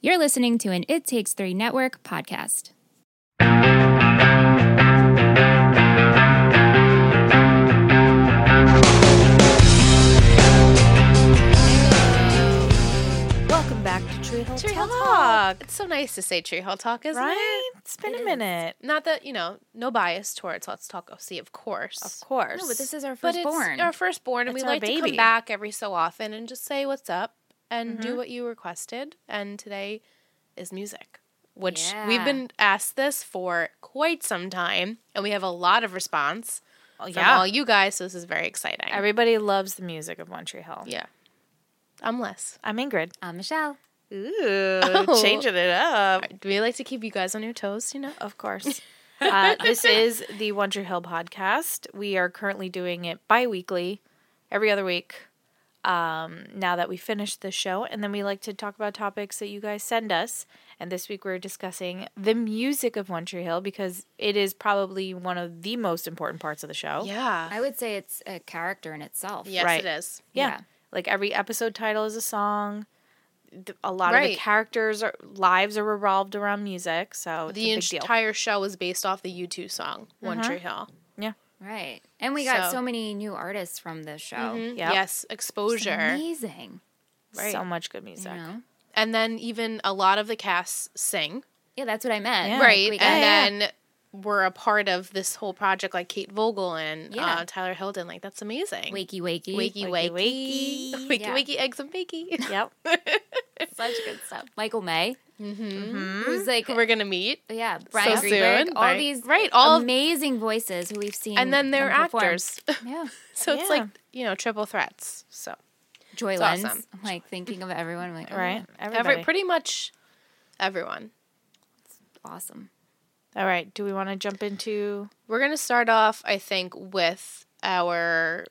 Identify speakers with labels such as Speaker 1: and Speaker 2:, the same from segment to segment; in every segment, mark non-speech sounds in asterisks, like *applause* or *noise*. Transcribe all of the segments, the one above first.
Speaker 1: You're listening to an It Takes Three Network podcast.
Speaker 2: Welcome back to Tree Hill
Speaker 3: Tree Hill
Speaker 2: Talk.
Speaker 3: Talk. It's so nice to say Tree Hill Talk, isn't
Speaker 2: Right?
Speaker 3: it?
Speaker 2: It's been a minute.
Speaker 3: Not that you know, no bias towards Let's Talk OC, of course.
Speaker 2: Of course.
Speaker 1: No, but this is our
Speaker 3: But it's
Speaker 1: firstborn.
Speaker 3: our firstborn, and
Speaker 2: It's
Speaker 3: we
Speaker 2: our
Speaker 3: like to
Speaker 2: baby. Mm-hmm.
Speaker 3: come back every so often and just say what's up and do what you requested. And today is music, which
Speaker 1: Yeah.
Speaker 3: we've been asked this for quite some time, and we have a lot of response
Speaker 2: Oh,
Speaker 3: from all you guys. So this is very exciting.
Speaker 2: Everybody loves the music of One Tree Hill.
Speaker 3: yeah, I'm less.
Speaker 2: I'm Ingrid.
Speaker 1: I'm Uh, Michelle.
Speaker 2: Ooh, *laughs*
Speaker 3: *laughs*
Speaker 2: changing it up.
Speaker 3: Do Uh, we like to keep you guys on your toes? You know.
Speaker 2: Of course. *laughs* uh, this is the One Tree Hill podcast. We are currently doing it bi weekly, every other week. Um, now that we finished the show, and then we like to talk about topics that you guys send us. And this week we're discussing the music of One Tree Hill because it is probably one of the most important parts of the show.
Speaker 3: Yeah.
Speaker 1: I would say it's a character in itself.
Speaker 3: Yes,
Speaker 2: Right.
Speaker 3: it is.
Speaker 2: Yeah.
Speaker 1: Yeah.
Speaker 2: Like every episode title is a song. Th- A lot of the
Speaker 3: Right.
Speaker 2: characters' are, lives are revolved around music, so it's
Speaker 3: the
Speaker 2: a big deal. Uh-huh.
Speaker 3: entire show was based off the U2 song One Tree Hill.
Speaker 1: Right. And we got so,
Speaker 3: So-
Speaker 1: many new artists from this show.
Speaker 2: Oh, Yep.
Speaker 3: Mm-hmm. Yes,
Speaker 1: It's
Speaker 3: exposure.
Speaker 1: amazing.
Speaker 3: Right.
Speaker 2: So much good music.
Speaker 1: You know?
Speaker 3: And then even a lot of the cast sing.
Speaker 1: Yeah, that's what I meant.
Speaker 2: Yeah.
Speaker 1: Like,
Speaker 3: Right.
Speaker 1: we got-
Speaker 2: Oh,
Speaker 3: and
Speaker 2: yeah.
Speaker 3: then we're a part of this whole project like Kate Vogel and
Speaker 1: Yeah.
Speaker 3: uh, Tyler Hilden. Like that's amazing.
Speaker 1: Wakey wakey.
Speaker 3: wakey
Speaker 2: Wakey,
Speaker 3: wakey. Wakey
Speaker 2: wakey.
Speaker 3: *laughs* wakey,
Speaker 1: Yeah.
Speaker 3: eggs
Speaker 2: *laughs*
Speaker 3: and bakey. *laughs*
Speaker 2: Yep.
Speaker 1: Such good stuff. Michael May. Mm-hmm. Who's like
Speaker 3: Who we're gonna meet.
Speaker 1: yeah, Brian
Speaker 3: so
Speaker 1: Greenberg.
Speaker 3: soon.
Speaker 1: All
Speaker 3: Right.
Speaker 1: these
Speaker 3: Right, all of-
Speaker 1: amazing voices who we've seen.
Speaker 3: And then they're
Speaker 1: them perform.
Speaker 3: actors. *laughs*
Speaker 1: Yeah.
Speaker 3: so it's
Speaker 2: Yeah.
Speaker 3: like, you know, triple threats. So
Speaker 1: Joy
Speaker 3: It's
Speaker 1: Lenz.
Speaker 3: awesome.
Speaker 1: I'm like thinking of everyone I'm like oh,
Speaker 2: Right. Everybody.
Speaker 3: every pretty much everyone.
Speaker 1: awesome.
Speaker 2: All right. Do we want to jump into?
Speaker 3: We're gonna start off, I think, with our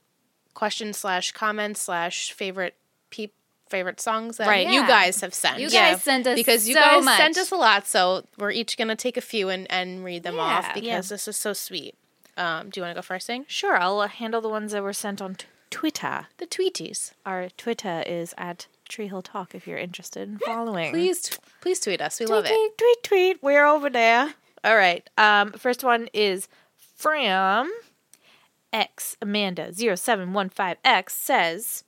Speaker 3: question slash comment slash favorite peep favorite songs that
Speaker 2: Right.
Speaker 3: you
Speaker 1: Yeah.
Speaker 3: guys have sent.
Speaker 1: You guys sent us
Speaker 3: because you
Speaker 1: so
Speaker 3: guys
Speaker 1: much.
Speaker 3: sent us a lot, so we're each gonna take a few and, and read them off
Speaker 1: Yeah.
Speaker 3: because
Speaker 2: Yeah.
Speaker 3: this is so sweet. Um, do you want to go first, thing?
Speaker 2: Sure. I'll uh, handle the ones that were sent on t- Twitter.
Speaker 3: The tweeties.
Speaker 2: Our Twitter is at Tree Hill Talk. If you're interested in following,
Speaker 3: Please, t- please tweet us. We love
Speaker 2: tweet, tweet,
Speaker 3: it.
Speaker 2: tweet, tweet. We're over there. All right. Um, first one is from X Amanda 0715X says,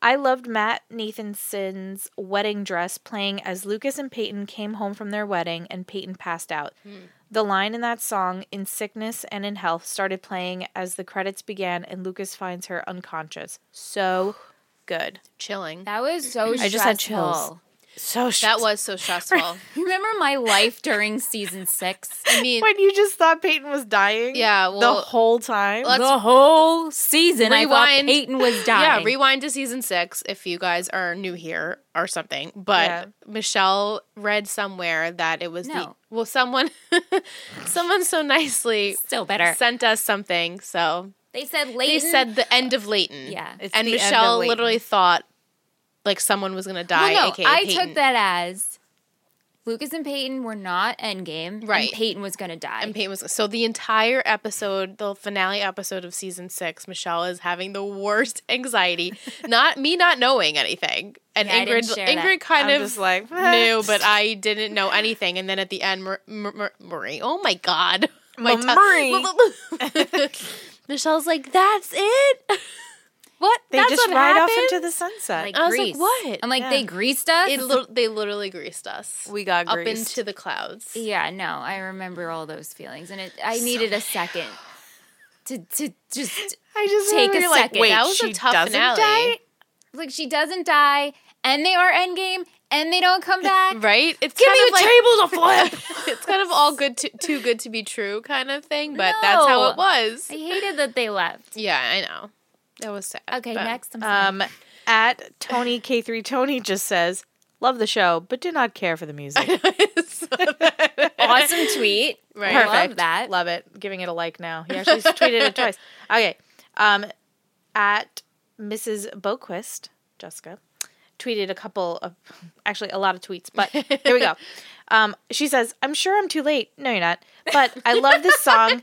Speaker 2: I loved Matt Nathanson's wedding dress playing as Lucas and Peyton came home from their wedding and Peyton passed out.
Speaker 3: Hmm.
Speaker 2: The line in that song, in sickness and in health, started playing as the credits began and Lucas finds her unconscious. So good.
Speaker 3: Chilling.
Speaker 1: That
Speaker 3: That,
Speaker 1: was so
Speaker 2: I just had chills.
Speaker 1: stressful.
Speaker 2: So
Speaker 3: was so *laughs* stressful.
Speaker 1: Remember my life during season six?
Speaker 3: I
Speaker 2: *laughs*
Speaker 3: mean,
Speaker 2: when you just thought Peyton was dying.
Speaker 3: Yeah, well,
Speaker 2: the whole time.
Speaker 3: let's-
Speaker 1: the whole season I thought
Speaker 3: Rewind.
Speaker 1: Peyton was
Speaker 3: Yeah,
Speaker 1: dying.
Speaker 3: rewind to season six if you guys are new here or something. But
Speaker 2: Yeah.
Speaker 3: Michelle read somewhere that it was the
Speaker 1: No.
Speaker 3: well, someone, *laughs* someone so nicely
Speaker 1: Still better.
Speaker 3: sent us something. So
Speaker 1: They said Leighton.
Speaker 3: they said the end of Leighton.
Speaker 1: Yeah.
Speaker 2: It's
Speaker 3: and
Speaker 2: the end of
Speaker 3: Michelle
Speaker 2: Leighton.
Speaker 3: literally thought like someone was gonna die.
Speaker 1: well, no,
Speaker 3: aka
Speaker 1: I
Speaker 3: Peyton.
Speaker 1: took that as Lucas and Peyton were not endgame.
Speaker 3: Right.
Speaker 1: And Peyton was going to die.
Speaker 3: And Peyton was so the entire episode, the finale episode of season six, Michelle is having the worst
Speaker 1: *laughs*
Speaker 3: anxiety. not me not knowing anything. And
Speaker 1: Yeah, I didn't
Speaker 3: Ingrid
Speaker 1: share that.
Speaker 3: Ingrid kind
Speaker 2: I'm
Speaker 3: of
Speaker 2: just like,
Speaker 3: knew, but I didn't know anything. And then at the end, Mur- Mur- Mur- Murray, oh my God. *laughs* My tongue-
Speaker 2: Murray.
Speaker 3: Michelle's like, that's
Speaker 1: *laughs*
Speaker 3: it? what?
Speaker 2: they
Speaker 3: that's
Speaker 2: just
Speaker 3: what
Speaker 2: ride off
Speaker 3: happened?"
Speaker 2: into the sunset.
Speaker 1: like,
Speaker 3: I was like,
Speaker 1: Grease.
Speaker 3: what?
Speaker 1: I'm like,
Speaker 2: Yeah.
Speaker 1: they greased us?
Speaker 3: *laughs* It lit- they literally greased us
Speaker 2: we got
Speaker 3: up
Speaker 2: greased.
Speaker 3: into the clouds.
Speaker 1: yeah, no, I remember all those feelings. And it, I needed a second to, to just,
Speaker 2: I just
Speaker 1: Take
Speaker 2: remember
Speaker 1: a
Speaker 2: you're like,
Speaker 1: second.
Speaker 2: Wait,
Speaker 3: That was a
Speaker 2: she
Speaker 3: tough
Speaker 2: doesn't
Speaker 3: finale.
Speaker 2: die?
Speaker 1: like, she doesn't die, and they are endgame, and they don't come back.
Speaker 3: *laughs* Right? It's
Speaker 2: Give
Speaker 3: kind
Speaker 2: me
Speaker 3: of
Speaker 2: a table
Speaker 3: like *laughs*
Speaker 2: to flip.
Speaker 3: it's kind of all good to,
Speaker 2: *laughs*
Speaker 3: too good to be true kind of thing, but that's how
Speaker 1: No.
Speaker 3: it was.
Speaker 1: I hated that they left.
Speaker 3: Yeah, I know. That was sad. *laughs*
Speaker 1: Okay,
Speaker 3: but-
Speaker 1: next. I'm sorry.
Speaker 2: um, at Tony K3 Tony just says, "Love the show, but do not care for the music."
Speaker 1: awesome tweet.
Speaker 3: *laughs* Right.
Speaker 1: I
Speaker 2: Perfect.
Speaker 1: Love that.
Speaker 2: Love it. Giving it a like now. He actually tweeted
Speaker 1: *laughs*
Speaker 2: it twice. Okay. Um, at Mrs. Boquist, Jessica, tweeted a couple of, actually a lot of tweets, but here
Speaker 1: *laughs*
Speaker 2: we go. Um, she says,
Speaker 1: *laughs*
Speaker 2: I'm sure I'm too late. No, you're not. But I love this song,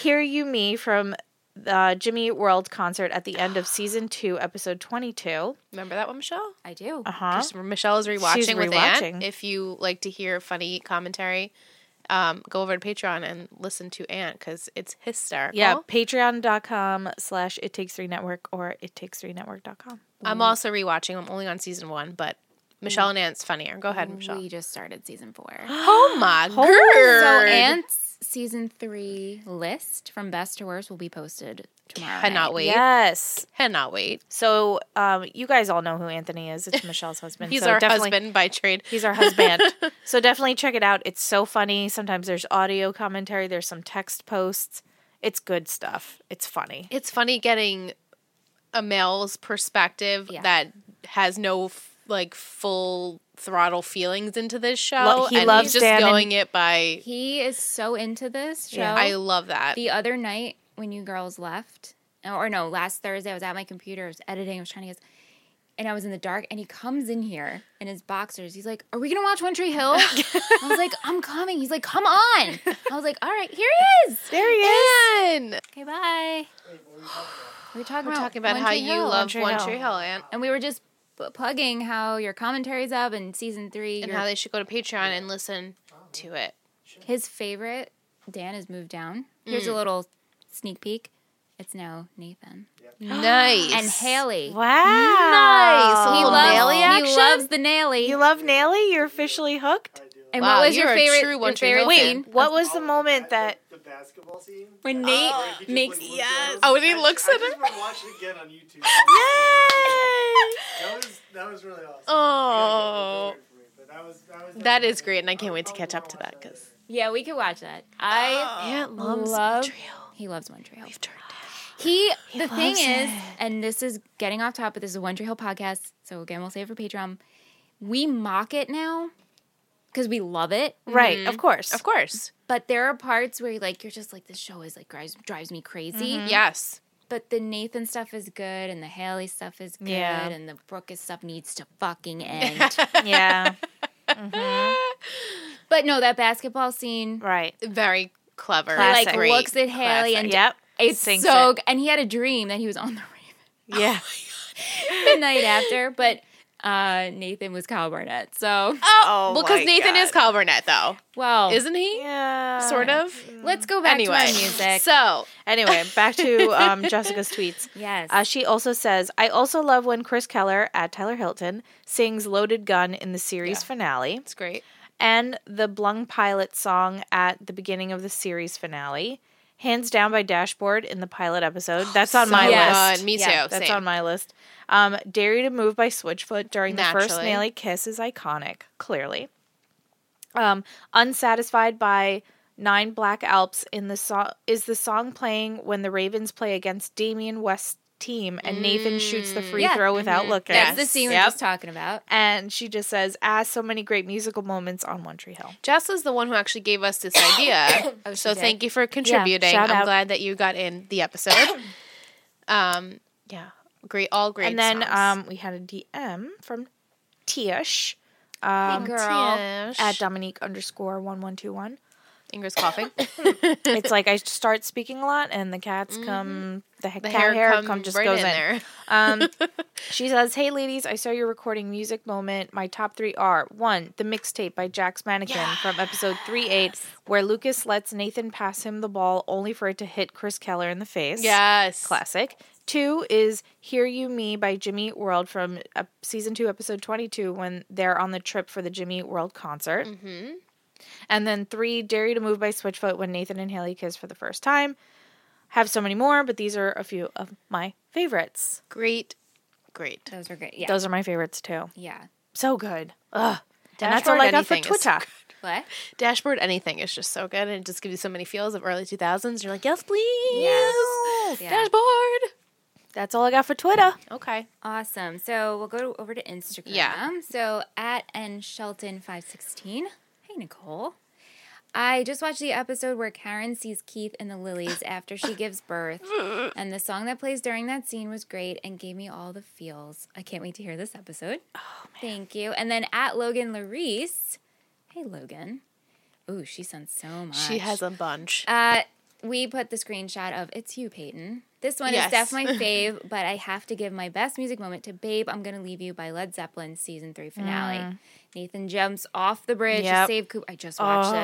Speaker 2: Hear You Me from the Jimmy World concert at the end of season two, episode 22.
Speaker 3: Remember that one, Michelle?
Speaker 1: I do.
Speaker 2: Uh huh.
Speaker 3: Just- Michelle is rewatching with
Speaker 2: rewatching.
Speaker 3: Anne. If you like to hear funny commentary, um, go over to Patreon and listen to Anne because it's hysterical.
Speaker 2: Yeah, patreon.com slash it takes three network or it takes three network.com.
Speaker 3: I'm also rewatching. I'm only on season one, but Michelle and Anne's funnier. Go ahead, Michelle.
Speaker 1: We just started season
Speaker 3: *gasps*
Speaker 1: four.
Speaker 3: Oh my girl.
Speaker 1: So Ant's season three list from best to worst will be posted tomorrow.
Speaker 3: Cannot
Speaker 1: night.
Speaker 3: wait.
Speaker 2: Yes.
Speaker 3: Cannot wait.
Speaker 2: So um, you guys all know who Anthony is. It's Michelle's husband.
Speaker 3: He's
Speaker 2: so
Speaker 3: our
Speaker 2: definitely-
Speaker 3: husband by trade.
Speaker 2: He's our
Speaker 3: *laughs*
Speaker 2: husband. so definitely check it out. It's so funny. Sometimes there's audio commentary, there's some text posts. It's good stuff. It's funny.
Speaker 3: It's funny getting a male's perspective
Speaker 1: Yeah.
Speaker 3: that has no f- like full throttle feelings into this show.
Speaker 2: Lo- he
Speaker 3: and
Speaker 2: loves
Speaker 3: he's just
Speaker 2: Dan and-
Speaker 3: going it by.
Speaker 1: He is so into this show.
Speaker 2: Yeah.
Speaker 3: I love that.
Speaker 1: the other night when you girls left, or no, last Thursday, I was at my computer, I was editing, I was trying to get, and I was in the dark, and he comes in here in his boxers. He's like, "Are we gonna watch One Tree
Speaker 3: *laughs*
Speaker 1: Hill?" I was like, "I'm coming." He's like, "Come on!" I was like, "All right, here he is."
Speaker 2: There he is.
Speaker 3: Anne!
Speaker 1: Okay, bye. We were talking
Speaker 3: We're
Speaker 1: about,
Speaker 3: talking about
Speaker 1: One
Speaker 3: how
Speaker 1: Tree
Speaker 3: you
Speaker 1: Hill.
Speaker 3: love
Speaker 2: Tree
Speaker 3: One
Speaker 2: Hill.
Speaker 3: Tree Hill, Anne.
Speaker 1: and we were just p- plugging how your commentary's up and season three.
Speaker 3: and
Speaker 1: your-
Speaker 3: how they should go to Patreon and listen
Speaker 2: *gasps*
Speaker 3: to it.
Speaker 1: his favorite Dan has moved down. Here's
Speaker 3: Mm.
Speaker 1: a little sneak peek. It's now Nathan
Speaker 3: Nice.
Speaker 1: and Haley.
Speaker 2: Wow.
Speaker 3: Nice.
Speaker 1: He
Speaker 3: A little
Speaker 1: loves,
Speaker 3: naily
Speaker 1: he
Speaker 3: action?
Speaker 1: loves the naily.
Speaker 2: You love Nelly? You're officially hooked?
Speaker 1: and
Speaker 3: Wow,
Speaker 1: what was
Speaker 3: you're
Speaker 1: your
Speaker 3: a
Speaker 1: favorite?
Speaker 3: true
Speaker 1: your
Speaker 3: One Tree
Speaker 1: favorite
Speaker 3: Hill fan.
Speaker 1: scene
Speaker 2: What was the moment that
Speaker 4: the, the basketball scene?
Speaker 1: when Nate makes?
Speaker 4: yes.
Speaker 3: Oh, when he looks
Speaker 4: I,
Speaker 3: at
Speaker 4: I
Speaker 3: him?
Speaker 4: just want to watch it again on YouTube. that was that was really awesome.
Speaker 3: Oh.
Speaker 4: But that was that was
Speaker 3: That is great, and I can't wait to catch up to that because
Speaker 1: Yeah, we could watch that. I
Speaker 3: Aunt
Speaker 1: love.
Speaker 3: Oh.
Speaker 1: He loves One Tree Hill. He the thing is, and this is getting off topic. This is a One Tree Hill podcast, so again, we'll save it for Patreon. We mock it now because we love it,
Speaker 2: Right, of course.
Speaker 3: Mm-hmm. Of course.
Speaker 1: but there are parts where like you're just like this show is like drives drives me crazy.
Speaker 3: Mm-hmm. Yes.
Speaker 1: But the Nathan stuff is good, and the Haley stuff is good,
Speaker 2: Yeah.
Speaker 1: and the Brookus stuff needs to fucking
Speaker 3: *laughs*
Speaker 1: end.
Speaker 2: Yeah.
Speaker 1: but no, that basketball scene,
Speaker 2: Right.
Speaker 3: Very clever.
Speaker 2: Classic.
Speaker 1: like
Speaker 3: Great.
Speaker 1: looks at Haley and
Speaker 2: Yep.
Speaker 1: It's
Speaker 2: Sinks
Speaker 1: so,
Speaker 2: it.
Speaker 1: g- and he had a dream that he was on the Raven
Speaker 2: Yeah.
Speaker 1: *laughs* the night after, but uh, Nathan was Kyle Barnett. So,
Speaker 3: Oh,
Speaker 2: Oh
Speaker 3: *laughs* well, because
Speaker 2: my
Speaker 3: Nathan
Speaker 2: God.
Speaker 3: is Kyle Burnett, though,
Speaker 1: well,
Speaker 3: isn't he?
Speaker 2: Yeah.
Speaker 3: Sort of.
Speaker 1: let's go Oh. back
Speaker 3: Anyway,
Speaker 1: to my music.
Speaker 3: so
Speaker 2: Anyway, back to
Speaker 3: *laughs*
Speaker 2: um, Jessica's tweets.
Speaker 1: yes.
Speaker 2: Uh, she also says, I also love when Chris Keller at Tyler Hilton sings Loaded Gun in the series
Speaker 3: Yeah.
Speaker 2: finale
Speaker 3: it's great.
Speaker 2: and the Blung Pilot song at the beginning of the series finale. Hands down by Dashboard in the pilot episode. That's on my
Speaker 3: Oh, So
Speaker 1: Yes.
Speaker 2: list.
Speaker 3: good. Me too.
Speaker 1: Yeah,
Speaker 2: That's
Speaker 3: Same.
Speaker 2: on my list. Um, Dare You to Move by Switchfoot during the first
Speaker 3: Naturally.
Speaker 2: Nelly kiss is iconic, clearly. Um, Unsatisfied by Nine Black Alps in the song is the song playing when the Ravens play against Damien West's team and Nathan shoots the free
Speaker 3: Mm.
Speaker 1: Yeah.
Speaker 2: throw
Speaker 3: Mm-hmm.
Speaker 2: without looking.
Speaker 1: That's the
Speaker 3: yes.
Speaker 1: scene
Speaker 2: Yep.
Speaker 1: we was talking about.
Speaker 2: And she just says, "Ah, so many great musical moments on One Tree Hill."
Speaker 3: Jess is the one who actually gave us this idea.
Speaker 1: Oh, she
Speaker 3: so
Speaker 1: did.
Speaker 3: thank you for contributing.
Speaker 2: shout
Speaker 3: I'm
Speaker 2: out.
Speaker 3: glad that you got in the episode. um, yeah, great, all great.
Speaker 2: and then
Speaker 3: songs.
Speaker 2: um, we had a DM from Tish um,
Speaker 1: girl.
Speaker 3: Tish.
Speaker 2: at Dominique underscore one one two
Speaker 3: *laughs*
Speaker 2: one.
Speaker 3: Ingrid's coughing.
Speaker 2: it's like I start speaking a lot, and the cats come, the,
Speaker 3: Mm-hmm. The
Speaker 2: cat hair,
Speaker 3: hair,
Speaker 2: come, just goes in.
Speaker 3: there.
Speaker 2: Um, she says, "Hey ladies, I saw your recording music moment. My top three are one, the mixtape by Jax Mannequin from episode three eight, where Lucas lets Nathan pass him the ball only for it to hit Chris Keller in the face.
Speaker 3: Yes.
Speaker 2: classic. Two is "Hear You Me" by Jimmy Eat World from uh, season two, episode twenty-two, when they're on the trip for the Jimmy Eat World concert.
Speaker 3: Mhm.
Speaker 2: And then three, Dare You to Move by Switchfoot when Nathan and Haley kiss for the first time. Have so many more, but these are a few of my favorites.
Speaker 3: Great. Great.
Speaker 1: Those were great. Yeah.
Speaker 2: Those are my favorites too.
Speaker 1: yeah.
Speaker 2: So good. Ugh. and that's all
Speaker 3: Dashboard
Speaker 2: I got for
Speaker 3: anything is-
Speaker 2: Twitter.
Speaker 1: What?
Speaker 3: Dashboard anything is just so good and it just gives you so many feels of early 2000s. You're like, yes, please.
Speaker 1: Yes. Yeah.
Speaker 3: Dashboard.
Speaker 2: That's all I got for Twitter.
Speaker 3: Okay.
Speaker 1: Awesome. So we'll go to, over to Instagram.
Speaker 3: Yeah.
Speaker 1: So at n shelton five sixteen. Hey Nicole. I just watched the episode where Karen sees Keith and the lilies after she gives birth, and the song that plays during that scene was great and gave me all the feels. I can't wait to hear this episode. Oh, Thank you. And then at Logan Larice. Hey Logan. Ooh, she sends so much.
Speaker 3: She has a bunch.
Speaker 1: Uh, we put the screenshot of it's you, Peyton, This one
Speaker 3: Yes.
Speaker 1: is
Speaker 3: *laughs*
Speaker 1: definitely fave, but I have to give my best music moment to Babe, I'm Gonna Leave You by Led Zeppelin season three finale.
Speaker 3: Mm.
Speaker 1: Nathan jumps off the bridge to
Speaker 2: Yep.
Speaker 1: save Cooper. I just watched
Speaker 2: Oh.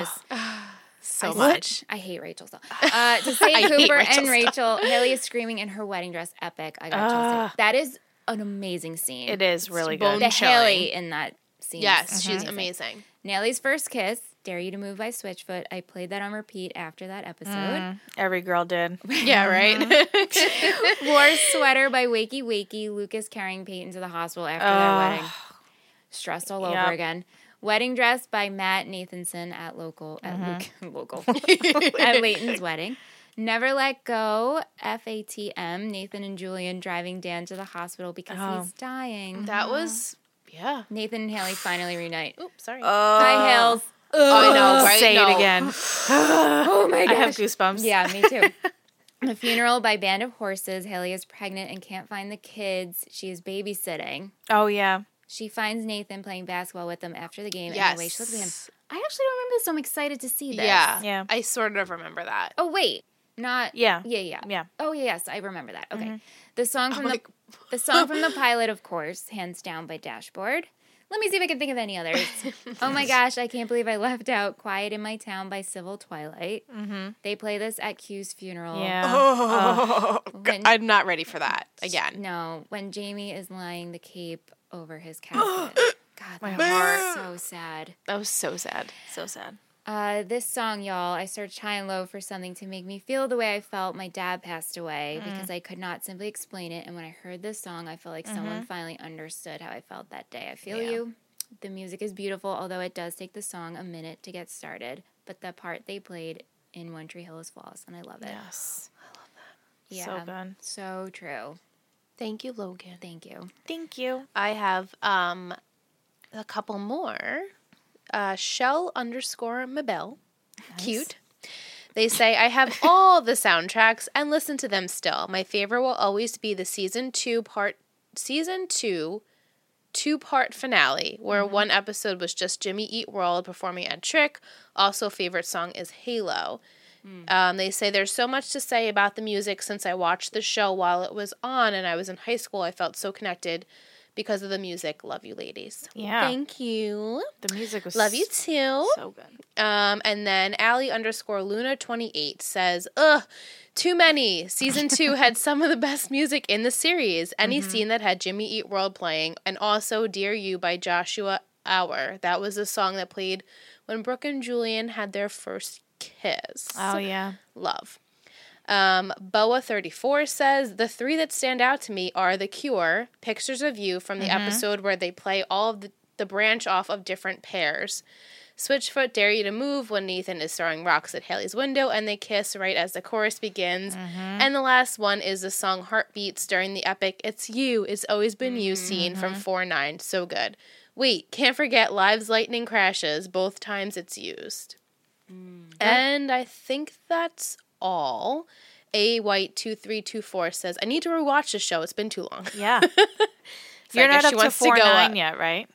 Speaker 1: this.
Speaker 3: so
Speaker 1: I-
Speaker 3: much.
Speaker 1: I hate Rachel Stahl. Uh, to
Speaker 3: *laughs* I
Speaker 1: save
Speaker 3: hate
Speaker 1: Cooper
Speaker 3: Rachel
Speaker 1: and
Speaker 3: Stahl.
Speaker 1: Rachel, Haley is screaming in her wedding dress. Epic. I got
Speaker 2: Ah.
Speaker 1: chills. That is an amazing scene.
Speaker 2: It is really
Speaker 3: bold.
Speaker 2: good.
Speaker 1: The
Speaker 3: Chilling.
Speaker 1: Haley in that scene.
Speaker 3: Yes,
Speaker 1: is
Speaker 3: she's amazing.
Speaker 1: Nelly's first kiss. Dare you to move by Switchfoot. I played that on repeat after that episode.
Speaker 3: Mm.
Speaker 2: Every girl did.
Speaker 3: Yeah, *laughs* right.
Speaker 1: War Sweater by Wakey Wakey. Lucas carrying Peyton to the hospital after their
Speaker 2: Ugh.
Speaker 1: wedding. Stressed all
Speaker 2: Yep.
Speaker 1: over again. Wedding Dress by Matt Nathanson at local at Luke, *laughs* local at Leighton's wedding. Never Let Go, FATM, Nathan and Julian driving Dan to the hospital because
Speaker 2: Oh.
Speaker 1: he's dying.
Speaker 3: that was yeah.
Speaker 1: Nathan and Haley finally reunite.
Speaker 3: Oops, sorry.
Speaker 1: Hi, Hales.
Speaker 3: Oh, I know, right?
Speaker 2: Say
Speaker 3: No.
Speaker 2: it again.
Speaker 1: Oh my
Speaker 2: I have goosebumps.
Speaker 1: Yeah, me too. A funeral by Band of Horses. Haley is pregnant and can't find the kids. She is babysitting.
Speaker 2: Oh yeah.
Speaker 1: She finds Nathan playing basketball with them after the game. And the way she looks at him.
Speaker 3: Yes.
Speaker 1: I actually don't remember this. So I'm excited to see this.
Speaker 3: Yeah.
Speaker 2: Yeah.
Speaker 3: I sort of remember that.
Speaker 1: Oh, wait. Not.
Speaker 2: Yeah.
Speaker 1: Yeah, yeah.
Speaker 2: Yeah.
Speaker 1: Oh, yes. I remember that. Okay. The song from
Speaker 3: I'm
Speaker 1: the
Speaker 3: like-
Speaker 1: the song from the pilot, of course, hands down by Dashboard. Let me see if I can think of any others. oh my gosh, I can't believe I left out Quiet in My Town by Civil Twilight. Mm-hmm. They play this at Q's funeral.
Speaker 2: Yeah.
Speaker 3: Oh, g-
Speaker 1: When-
Speaker 3: *laughs* I'm not ready for that again.
Speaker 1: No, when Jamie is lying the cape over his casket. God, my
Speaker 3: heart.
Speaker 1: heart so sad.
Speaker 3: That was so sad.
Speaker 2: So sad.
Speaker 1: Uh, this song, y'all, I searched high and low for something to make me feel the way I felt. My dad passed away
Speaker 3: Mm-hmm.
Speaker 1: because I could not simply explain it. And when I heard this song, I felt like someone finally understood how I felt that day. I feel
Speaker 3: Mm-hmm. Yeah.
Speaker 1: you. The music is beautiful, although it does take the song a minute to get started. But the part they played in One Tree Hill is flawless, and I love it.
Speaker 2: Yes.
Speaker 1: Yeah.
Speaker 2: So good.
Speaker 1: So true.
Speaker 3: Thank you, Logan.
Speaker 1: Thank you.
Speaker 2: Thank you.
Speaker 3: I have um a couple more. Uh, Shell underscore Mabel. Cute. They say I have all the soundtracks and listen to them still. My favorite will always be the season two part season two two part finale where one episode was just Jimmy Eat World performing a trick. Also favorite song is Halo. Um, they say there's so much to say about the music since I watched the show while it was on and I was in high school. I felt so connected because of the music. Love you, ladies.
Speaker 2: Yeah.
Speaker 3: Thank you.
Speaker 2: The music was
Speaker 3: Love you too.
Speaker 2: so good.
Speaker 3: Um, and then Allie underscore Luna twenty eight says, "Ugh, too many. Season *laughs* two had some of the best music in the series. Any scene that had Jimmy Eat World playing, and also Dear You by Joshua Hour. That was the song that played when Brooke and Julian had their first kiss.
Speaker 2: Oh *laughs* yeah.
Speaker 3: Love." Um, Boa thirty four says the three that stand out to me are The Cure, pictures of you from the episode where they play all of the, the branch off of different pairs. Switchfoot dare you to move when Nathan is throwing rocks at Haley's window, and they kiss right as the chorus begins. And the last one is the song Heartbeats during the epic It's You, It's Always Been You scene from 4 9. So good. Wait, can't forget Live's Lightning Crashes, both times it's used. And I think that's all. A White 2324 says, I need to rewatch the show. It's been too long. *laughs*
Speaker 2: Yeah.
Speaker 3: So I
Speaker 2: You're
Speaker 3: guess
Speaker 2: not up to
Speaker 3: she wants to
Speaker 2: four
Speaker 3: go
Speaker 2: nine
Speaker 3: up.
Speaker 2: yet, right?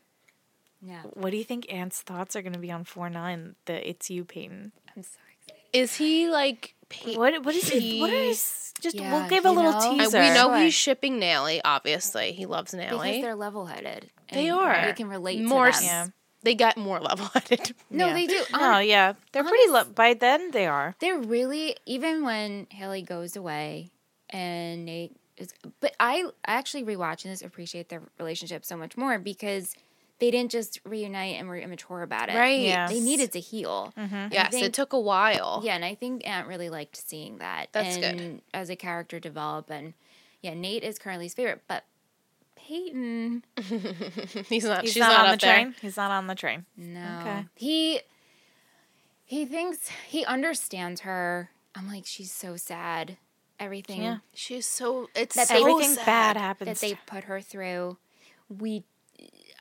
Speaker 1: No,
Speaker 2: What do you think Ant's thoughts are going to be on four nine? The it's you, Peyton.
Speaker 1: I'm so excited.
Speaker 3: Is he like. Pa-
Speaker 2: What what is he? What
Speaker 3: He-
Speaker 2: is just?
Speaker 1: Yeah,
Speaker 2: we'll give a
Speaker 1: you
Speaker 2: little
Speaker 1: know. I- we
Speaker 3: I-
Speaker 2: teaser.
Speaker 3: we know
Speaker 1: Sure.
Speaker 3: he's shipping Nelly, obviously. He loves Nelly.
Speaker 1: Because they're level headed.
Speaker 3: They are.
Speaker 1: We can relate to
Speaker 3: more
Speaker 1: them.
Speaker 3: s-
Speaker 2: Yeah.
Speaker 3: they got more *laughs* level headed.
Speaker 1: No,
Speaker 2: Yeah.
Speaker 1: they do.
Speaker 2: No,
Speaker 1: Hon-
Speaker 2: yeah, they're pretty. Lo-
Speaker 1: honest-
Speaker 2: by then, they are.
Speaker 1: They're really even when Haley goes away and Nate is but I actually rewatching this appreciate their relationship so much more because they didn't just reunite and were immature about it.
Speaker 3: Right.
Speaker 2: Yeah.
Speaker 1: They needed to heal.
Speaker 2: Mm-hmm.
Speaker 3: Yes, it
Speaker 1: think-
Speaker 3: took a while.
Speaker 1: Yeah, and I think Aunt really liked seeing that.
Speaker 3: That's
Speaker 1: and as a character develop and yeah, Nate is currently his favorite, but Peyton
Speaker 3: *laughs* He's not.
Speaker 2: He's
Speaker 3: she's
Speaker 2: not,
Speaker 3: not,
Speaker 2: on
Speaker 3: up
Speaker 2: the
Speaker 3: there.
Speaker 2: train. He's not on the train.
Speaker 1: No.
Speaker 2: Okay.
Speaker 1: He he thinks he understands her. I'm like, she's so sad. Everything
Speaker 2: Yeah.
Speaker 3: She's so. It's
Speaker 1: That
Speaker 3: so
Speaker 2: Everything
Speaker 3: sad.
Speaker 2: bad happens.
Speaker 1: that they put her through. We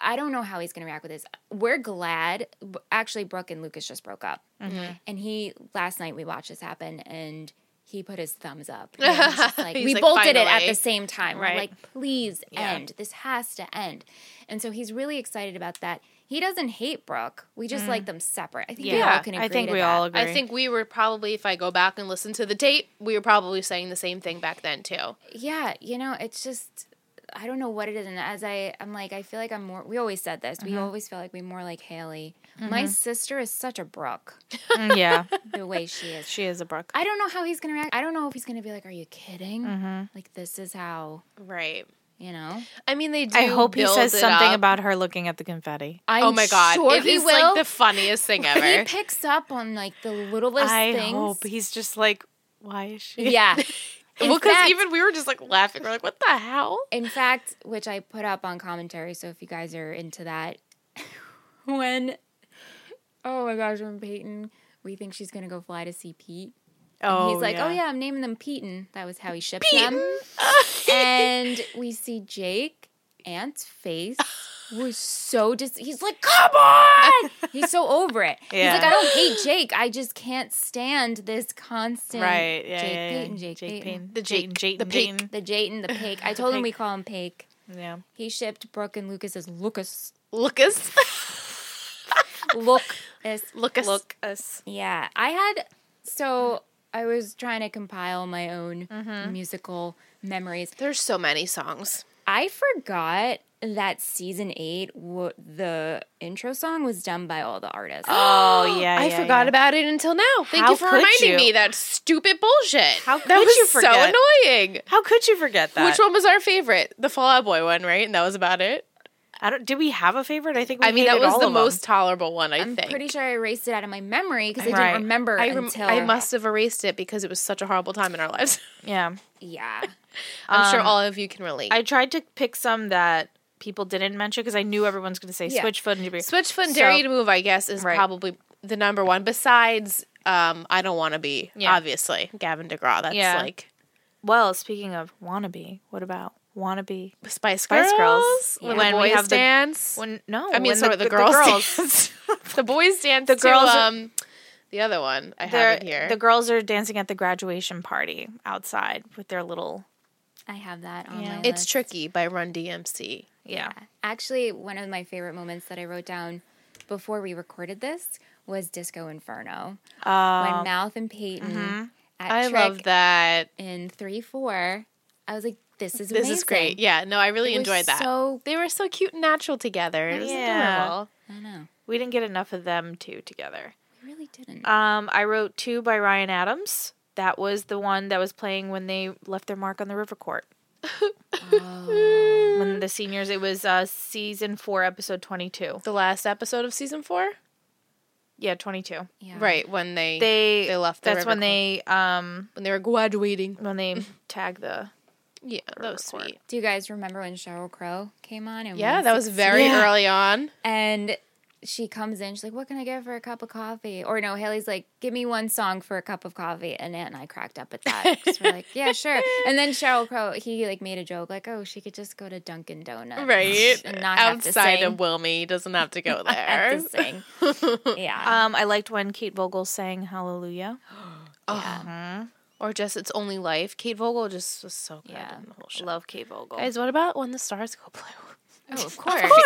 Speaker 1: I don't know how he's gonna react with this. We're glad actually Brooke and Lucas just broke up.
Speaker 2: Mm-hmm.
Speaker 1: And he last night we watched this happen and he put his thumbs
Speaker 2: *laughs*
Speaker 1: up. And I'm just like,
Speaker 3: He's
Speaker 1: we
Speaker 3: like,
Speaker 1: both did it at
Speaker 3: "Finally."
Speaker 1: the same time. We're
Speaker 2: Right.
Speaker 1: like, please end. This has to end. And so he's really excited about that. He He doesn't hate Brooke. We just like them separate. I think we
Speaker 2: Mm-hmm. Yeah,
Speaker 1: all can
Speaker 2: I
Speaker 1: agree.
Speaker 2: think
Speaker 1: to
Speaker 2: we
Speaker 1: that.
Speaker 2: all agree.
Speaker 3: I think we were probably, if I go back and listen to the tape, we were probably saying the same thing back then too.
Speaker 1: Yeah, you know, it's just I don't know what it is. And as I, I'm like, I feel like I'm more. We always said this.
Speaker 3: Mm-hmm.
Speaker 1: We always feel like we more like Haley. My sister is such a Brooke,
Speaker 2: Mm, *laughs* yeah,
Speaker 1: the way she is.
Speaker 2: she is a Brooke.
Speaker 1: I don't know how he's gonna react. I don't know if he's gonna be like, "Are you kidding?
Speaker 3: Mm-hmm.
Speaker 1: Like this is how
Speaker 3: Right.
Speaker 1: you know."
Speaker 3: I mean, they do.
Speaker 2: I hope he
Speaker 3: build
Speaker 2: says
Speaker 3: it
Speaker 2: something
Speaker 3: up.
Speaker 2: about her looking at the confetti.
Speaker 1: I'm
Speaker 3: oh my god,
Speaker 1: sure
Speaker 3: it
Speaker 1: he
Speaker 3: is
Speaker 1: will.
Speaker 3: like the funniest *laughs* thing
Speaker 1: he
Speaker 3: ever.
Speaker 1: picks up on like the littlest
Speaker 2: I
Speaker 1: things.
Speaker 2: hope he's just like, why is she?
Speaker 3: *laughs*
Speaker 1: yeah. In
Speaker 2: well, because
Speaker 1: fact-
Speaker 2: even we were just like laughing. We're like, what the hell?
Speaker 1: In fact, which I put up on commentary, so if you guys are into that, *laughs* when oh my gosh, when Peyton, we think she's gonna go fly to see Pete. And he's like, oh yeah, I'm naming them Peyton. That was how he shipped
Speaker 2: *laughs*
Speaker 1: them. and we see Jake. Ant's face was so dis. He's like, come on!
Speaker 2: *laughs*
Speaker 1: He's so over it.
Speaker 2: Yeah.
Speaker 1: He's like, I don't hate Jake. I just can't stand this constant
Speaker 2: right. Yeah,
Speaker 1: Jake
Speaker 2: yeah, yeah.
Speaker 1: Peyton, Jake, Peyton.
Speaker 2: The Jake, Jake,
Speaker 3: the Peyton.
Speaker 1: The Jayton, the pig.
Speaker 2: *laughs*
Speaker 1: I told him
Speaker 2: pig.
Speaker 1: we call him Pig.
Speaker 2: Yeah.
Speaker 1: He shipped Brooke and Lucas as Lucas.
Speaker 3: Lucas, *laughs*
Speaker 1: Look.
Speaker 3: Lucas,
Speaker 2: Look us.
Speaker 1: yeah. I had, so I was trying to compile my own
Speaker 3: Mm-hmm.
Speaker 1: musical memories.
Speaker 3: There's so many songs.
Speaker 1: I forgot that season eight, wa the intro song was done by all the artists.
Speaker 2: Oh *gasps* yeah.
Speaker 3: I
Speaker 2: yeah,
Speaker 3: forgot
Speaker 2: yeah.
Speaker 3: about it until now. Thank
Speaker 2: How
Speaker 3: you for
Speaker 2: could
Speaker 3: reminding
Speaker 2: you?
Speaker 3: me that stupid bullshit.
Speaker 2: How
Speaker 3: that
Speaker 2: could
Speaker 3: was
Speaker 2: you forget?
Speaker 3: so annoying.
Speaker 2: How could you forget that?
Speaker 3: Which one was our favorite? The Fallout Boy one, right? And that was about it.
Speaker 2: I don't. Did we have a favorite? I think. We
Speaker 3: I mean, that
Speaker 2: hated
Speaker 3: was
Speaker 2: all
Speaker 3: the
Speaker 2: of 'em.
Speaker 3: most tolerable one. I
Speaker 1: I'm
Speaker 3: think.
Speaker 1: pretty sure I erased it out of my memory because I
Speaker 2: Right.
Speaker 1: didn't remember
Speaker 3: I, rem-
Speaker 1: until.
Speaker 3: I must have erased it because it was such a horrible time in our lives. *laughs*
Speaker 2: Yeah.
Speaker 1: Yeah.
Speaker 3: I'm sure all of you can relate.
Speaker 2: I tried to pick some that people didn't mention because I knew everyone's going to say
Speaker 1: Yeah.
Speaker 2: Switchfoot and Debris.
Speaker 3: Switchfoot and
Speaker 2: So-
Speaker 3: Dare You to Move, I guess, is
Speaker 2: Right.
Speaker 3: probably the number one. Besides, um, I Don't Want to Be,
Speaker 2: Yeah.
Speaker 3: obviously. Gavin DeGraw. That's
Speaker 2: Yeah.
Speaker 3: like
Speaker 2: well, speaking of wannabe, what about wannabe?
Speaker 3: Spice Girls.
Speaker 2: Spice Girls.
Speaker 3: When
Speaker 2: When
Speaker 3: the
Speaker 2: we
Speaker 3: boys
Speaker 2: have the-
Speaker 3: dance.
Speaker 2: When no,
Speaker 3: I mean,
Speaker 2: when
Speaker 3: sorry, the girls *laughs* dance. the boys dance
Speaker 2: The
Speaker 3: to,
Speaker 2: girls-
Speaker 3: um, the other one. I
Speaker 2: they're-
Speaker 3: have it here.
Speaker 2: the girls are dancing at the graduation party outside with their little
Speaker 1: I have that on
Speaker 2: Yeah.
Speaker 1: my
Speaker 3: it's
Speaker 1: list.
Speaker 3: Tricky by Run DMC.
Speaker 2: yeah.
Speaker 1: Actually, one of my favorite moments that I wrote down before we recorded this was Disco Inferno
Speaker 2: Uh,
Speaker 1: when Mouth and Peyton at
Speaker 3: Um, uh-huh. I
Speaker 1: Trick
Speaker 3: love that.
Speaker 1: in three four. I was like, this is
Speaker 3: This is great.
Speaker 1: amazing.
Speaker 3: Yeah, no, I really
Speaker 1: It was
Speaker 3: enjoyed that.
Speaker 1: So
Speaker 3: they were so cute and natural together. It was
Speaker 2: Yeah.
Speaker 3: adorable.
Speaker 1: I know
Speaker 2: we didn't get enough of them two together.
Speaker 1: we really
Speaker 3: Uh,
Speaker 1: didn't.
Speaker 2: Um, I wrote two by Ryan Adams. That was the one that was playing when they left their mark on the river court. When the seniors, it was uh, season four, episode twenty-two.
Speaker 3: The last episode of season four,
Speaker 2: Yeah, twenty-two.
Speaker 1: yeah.
Speaker 3: right when they,
Speaker 2: They
Speaker 3: They left the
Speaker 2: that's when
Speaker 3: river court.
Speaker 2: they um
Speaker 3: when they were graduating.
Speaker 2: when they tag the
Speaker 3: Yeah, that was
Speaker 2: Record.
Speaker 3: sweet.
Speaker 1: Do you guys remember when Cheryl Crow came on? And
Speaker 3: Yeah,
Speaker 1: we-
Speaker 3: that was very
Speaker 2: Yeah.
Speaker 3: early on.
Speaker 1: And she comes in. She's like, "What can I get for a cup of coffee?" Or no, Haley's like, "Give me one song for a cup of coffee." And Aunt and I cracked up at that. 'cause we're like, "Yeah,
Speaker 3: *laughs*
Speaker 1: sure." And then Cheryl Crow, he like made a joke like, "Oh, she could just go to Dunkin' Donuts,
Speaker 3: Right.
Speaker 1: And not have
Speaker 3: Outside
Speaker 1: to sing.
Speaker 3: of Wilmy, he doesn't have
Speaker 1: *laughs*
Speaker 3: to go there.
Speaker 1: have to sing.
Speaker 3: *laughs*
Speaker 1: Yeah.
Speaker 2: Um, I liked when Kate Vogel sang Hallelujah.
Speaker 3: Oh. Or just It's Only Life. Kate Vogel just was so good
Speaker 1: Yeah.
Speaker 3: in the whole
Speaker 2: I
Speaker 3: show.
Speaker 2: Love Kate Vogel.
Speaker 3: Guys, what about When the Stars Go Blue?
Speaker 1: oh, of course.
Speaker 2: Of course,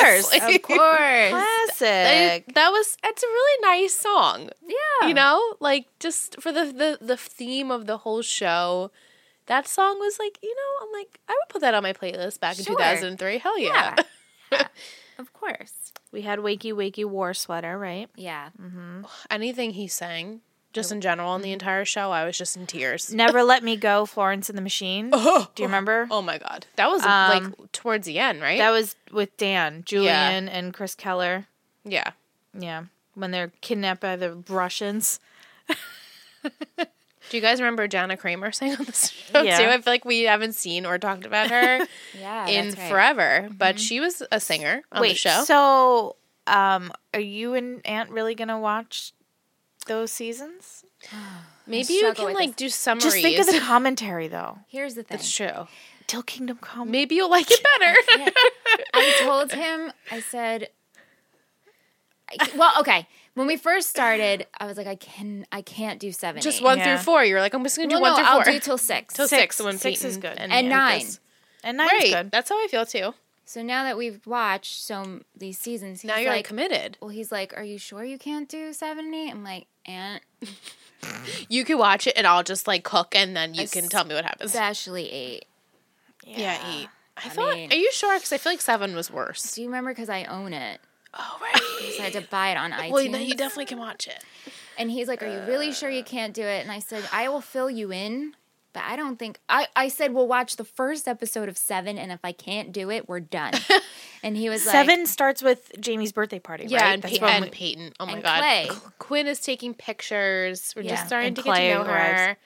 Speaker 2: *laughs*
Speaker 3: Obviously.
Speaker 2: of course.
Speaker 3: That,
Speaker 2: Classic.
Speaker 3: that was it's a really nice song.
Speaker 1: Yeah.
Speaker 3: You know, like just for the, the the theme of the whole show, that song was like, you know, I'm like, I would put that on my playlist back in
Speaker 1: Sure.
Speaker 3: 2003. Hell yeah.
Speaker 1: Yeah. *laughs* Yeah. Of course.
Speaker 2: We had Wakey Wakey War Sweater, right?
Speaker 1: Yeah.
Speaker 3: Anything he sang, just in general,
Speaker 1: Mm-hmm.
Speaker 3: in the entire show, I was just in
Speaker 1: *gasps*
Speaker 3: tears.
Speaker 2: Never Let Me Go, Florence and the Machine. Do
Speaker 3: Oh,
Speaker 2: you remember?
Speaker 3: oh my God. That was
Speaker 2: Um,
Speaker 3: like towards the end, right?
Speaker 2: That was with Dan, Julian, and Chris Keller.
Speaker 3: yeah.
Speaker 2: Yeah. When they're kidnapped by the Russians.
Speaker 3: Do you guys remember Jana Kramer sang on this *laughs* show
Speaker 2: Yeah.
Speaker 3: too? I feel like we haven't seen or talked about her
Speaker 1: Yeah.
Speaker 3: in
Speaker 1: that's right.
Speaker 3: forever, but she was a singer on the
Speaker 2: Wait,
Speaker 3: show.
Speaker 2: so um, are you and Aunt really going to watch those seasons?
Speaker 3: Maybe you
Speaker 1: struggle
Speaker 3: can
Speaker 1: with
Speaker 3: like do summaries.
Speaker 2: Just think of the commentary, though.
Speaker 1: Here's the thing.
Speaker 3: That's true.
Speaker 2: Till Kingdom Come.
Speaker 3: Maybe you'll like it better.
Speaker 1: *laughs* I told him, I said, I, well, okay. When we first started, I was like, I can, I can't do seven.
Speaker 3: *laughs* just
Speaker 1: eight.
Speaker 3: one
Speaker 2: Yeah.
Speaker 3: through four. You're like, I'm just gonna do
Speaker 1: Well,
Speaker 3: one
Speaker 1: no,
Speaker 3: through
Speaker 1: I'll
Speaker 3: four.
Speaker 1: do till six.
Speaker 3: till six.
Speaker 2: Six.
Speaker 3: When
Speaker 2: Six is
Speaker 3: Peyton
Speaker 2: good.
Speaker 1: and nine.
Speaker 3: Lucas-
Speaker 2: And nine's
Speaker 3: Right.
Speaker 2: good.
Speaker 3: That's how I feel too.
Speaker 1: So now that we've watched so m- these seasons, he's
Speaker 3: now you're
Speaker 1: like,
Speaker 3: committed.
Speaker 1: well, he's like, are you sure you can't do seven and eight? I'm like, and
Speaker 3: You can watch it, and I'll just like cook, and then you
Speaker 1: As-
Speaker 3: can tell me what happens.
Speaker 1: especially eight.
Speaker 3: yeah, eat. I, thought.
Speaker 1: mean-
Speaker 3: are you sure? Because I feel like seven was worse.
Speaker 1: Do you remember? Because I own it,
Speaker 3: Oh
Speaker 1: so
Speaker 3: *laughs*
Speaker 1: I had
Speaker 3: right.
Speaker 1: to buy it on iTunes.
Speaker 3: well, no, you definitely can watch it.
Speaker 1: And he's like, Are you really sure
Speaker 3: Uh.
Speaker 1: you can't do it? And I said, I will fill you in, but I don't think I, I said, We'll watch the first episode of Seven, and if I can't do it, we're
Speaker 3: *laughs*
Speaker 1: done. and he was like,
Speaker 2: Seven starts with Jamie's birthday party,
Speaker 3: Yeah,
Speaker 2: right?
Speaker 3: and,
Speaker 2: That's
Speaker 3: Pey-
Speaker 2: when
Speaker 3: and
Speaker 2: we-
Speaker 3: Peyton. Oh my
Speaker 1: and
Speaker 3: god,
Speaker 1: Clay.
Speaker 3: Qu- Quinn is taking pictures. We're
Speaker 1: Yeah,
Speaker 3: just starting
Speaker 2: and
Speaker 3: to get
Speaker 2: Clay
Speaker 3: to know
Speaker 2: arrives.
Speaker 3: her,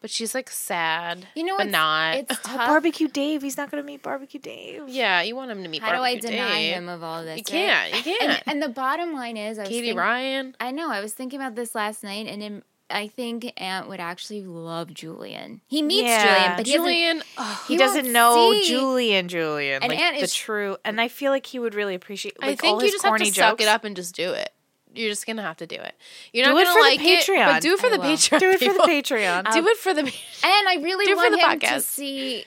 Speaker 3: but she's like sad.
Speaker 1: You know
Speaker 3: but
Speaker 1: what's
Speaker 3: not.
Speaker 2: *laughs*
Speaker 1: It's
Speaker 2: Oh,
Speaker 1: tough.
Speaker 2: barbecue Dave. He's not going to meet Barbecue Dave.
Speaker 3: *laughs* yeah, you want him to meet.
Speaker 1: How do I
Speaker 3: Barbecue
Speaker 1: deny
Speaker 3: Dave.
Speaker 1: him of all this?
Speaker 3: You
Speaker 1: right?
Speaker 3: can't. You can't.
Speaker 1: And, and the bottom line is, I was
Speaker 3: Katie
Speaker 1: thinking,
Speaker 3: Ryan.
Speaker 1: I know. I was thinking about this last night, and in, I think Aunt would actually love Julian. He meets
Speaker 2: Yeah.
Speaker 1: Julian, but he doesn't-
Speaker 3: Julian. ugh,
Speaker 2: He,
Speaker 1: he won't
Speaker 2: doesn't know
Speaker 1: see-
Speaker 2: Julian. Julian,
Speaker 1: And
Speaker 2: like
Speaker 1: Aunt
Speaker 2: the
Speaker 1: is-
Speaker 2: true. And I feel like he would really appreciate. Like,
Speaker 3: I think
Speaker 2: all
Speaker 3: you
Speaker 2: his
Speaker 3: just have to
Speaker 2: corny
Speaker 3: suck
Speaker 2: jokes.
Speaker 3: it up and just do it. You're just gonna have to do it. You're
Speaker 2: Do
Speaker 3: not
Speaker 2: it
Speaker 3: gonna
Speaker 2: for the
Speaker 3: like it,
Speaker 2: Patreon.
Speaker 3: but do it for
Speaker 1: I
Speaker 3: the
Speaker 1: will.
Speaker 2: *laughs*
Speaker 3: Patreon.
Speaker 2: Do it for the
Speaker 3: people.
Speaker 2: Patreon.
Speaker 3: *laughs* Do it for the.
Speaker 1: And I really
Speaker 3: Do it for
Speaker 1: want
Speaker 3: the
Speaker 1: him to
Speaker 3: podcast.
Speaker 1: see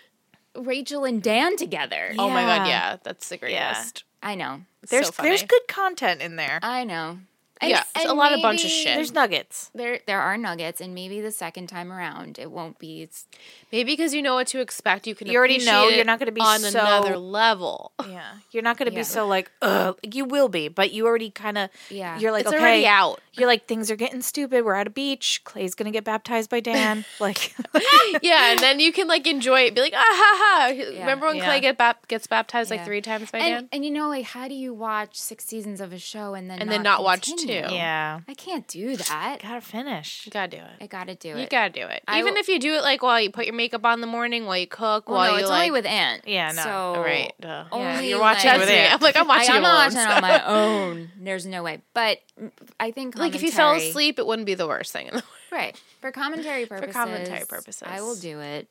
Speaker 1: Rachel and Dan together.
Speaker 3: Oh my god,
Speaker 2: Yeah.
Speaker 3: yeah, that's the
Speaker 2: Yeah.
Speaker 3: greatest.
Speaker 1: I know.
Speaker 2: there's
Speaker 3: so funny.
Speaker 2: there's good content in there.
Speaker 1: I know.
Speaker 3: Yeah, it's a lot of bunch of
Speaker 1: maybe
Speaker 3: shit.
Speaker 2: There's nuggets.
Speaker 1: There, there are nuggets, and maybe the second time around it won't be. It's,
Speaker 3: Maybe because you know what to expect, you can.
Speaker 2: You already know
Speaker 3: appreciate
Speaker 2: you're
Speaker 3: it
Speaker 2: not gonna be
Speaker 3: on
Speaker 2: so-
Speaker 3: another level.
Speaker 2: Yeah, you're not going to
Speaker 1: Yeah.
Speaker 2: be so like. Ugh. Like, You will be, but you already kind of.
Speaker 1: Yeah.
Speaker 2: You're like
Speaker 3: it's
Speaker 2: okay.
Speaker 3: already out.
Speaker 2: You're like things are getting stupid. We're at a beach. Clay's going to get baptized by *laughs* Dan. like.
Speaker 3: *laughs* yeah, and then you can like enjoy it. Be like, ah ha ha. Remember when
Speaker 2: Yeah.
Speaker 3: Clay get bap- gets baptized
Speaker 1: Yeah.
Speaker 3: like three times by
Speaker 1: and,
Speaker 3: Dan,
Speaker 1: and you know, like, how do you watch six seasons of a show and then
Speaker 3: and
Speaker 1: not
Speaker 3: then not watch two.
Speaker 1: continue?
Speaker 2: *laughs* Yeah.
Speaker 1: I can't do that.
Speaker 2: Gotta finish.
Speaker 3: You gotta do it.
Speaker 1: I gotta do
Speaker 3: You
Speaker 1: it.
Speaker 3: gotta do it.
Speaker 1: I
Speaker 3: Even
Speaker 1: will-
Speaker 3: if you do it like while you put your makeup on in the morning, while you cook,
Speaker 1: well,
Speaker 3: while
Speaker 1: no,
Speaker 3: you
Speaker 1: it's
Speaker 3: like. *laughs*
Speaker 1: only with Ant.
Speaker 2: Yeah, no.
Speaker 1: So,
Speaker 3: right. Duh.
Speaker 1: Only
Speaker 2: Yeah, you're
Speaker 1: like-
Speaker 2: watching it
Speaker 3: That's
Speaker 2: with
Speaker 3: me.
Speaker 2: Ant.
Speaker 3: I'm like I'm watching.
Speaker 1: I,
Speaker 3: it
Speaker 1: am not watching
Speaker 3: alone,
Speaker 1: it
Speaker 3: so.
Speaker 1: on my own. There's no way. But mm, I think
Speaker 3: *laughs* Like if you fell
Speaker 1: commentary-
Speaker 3: asleep, it wouldn't be the worst thing in the world.
Speaker 1: right? For commentary purposes.
Speaker 3: commentary purposes.
Speaker 1: I will do it.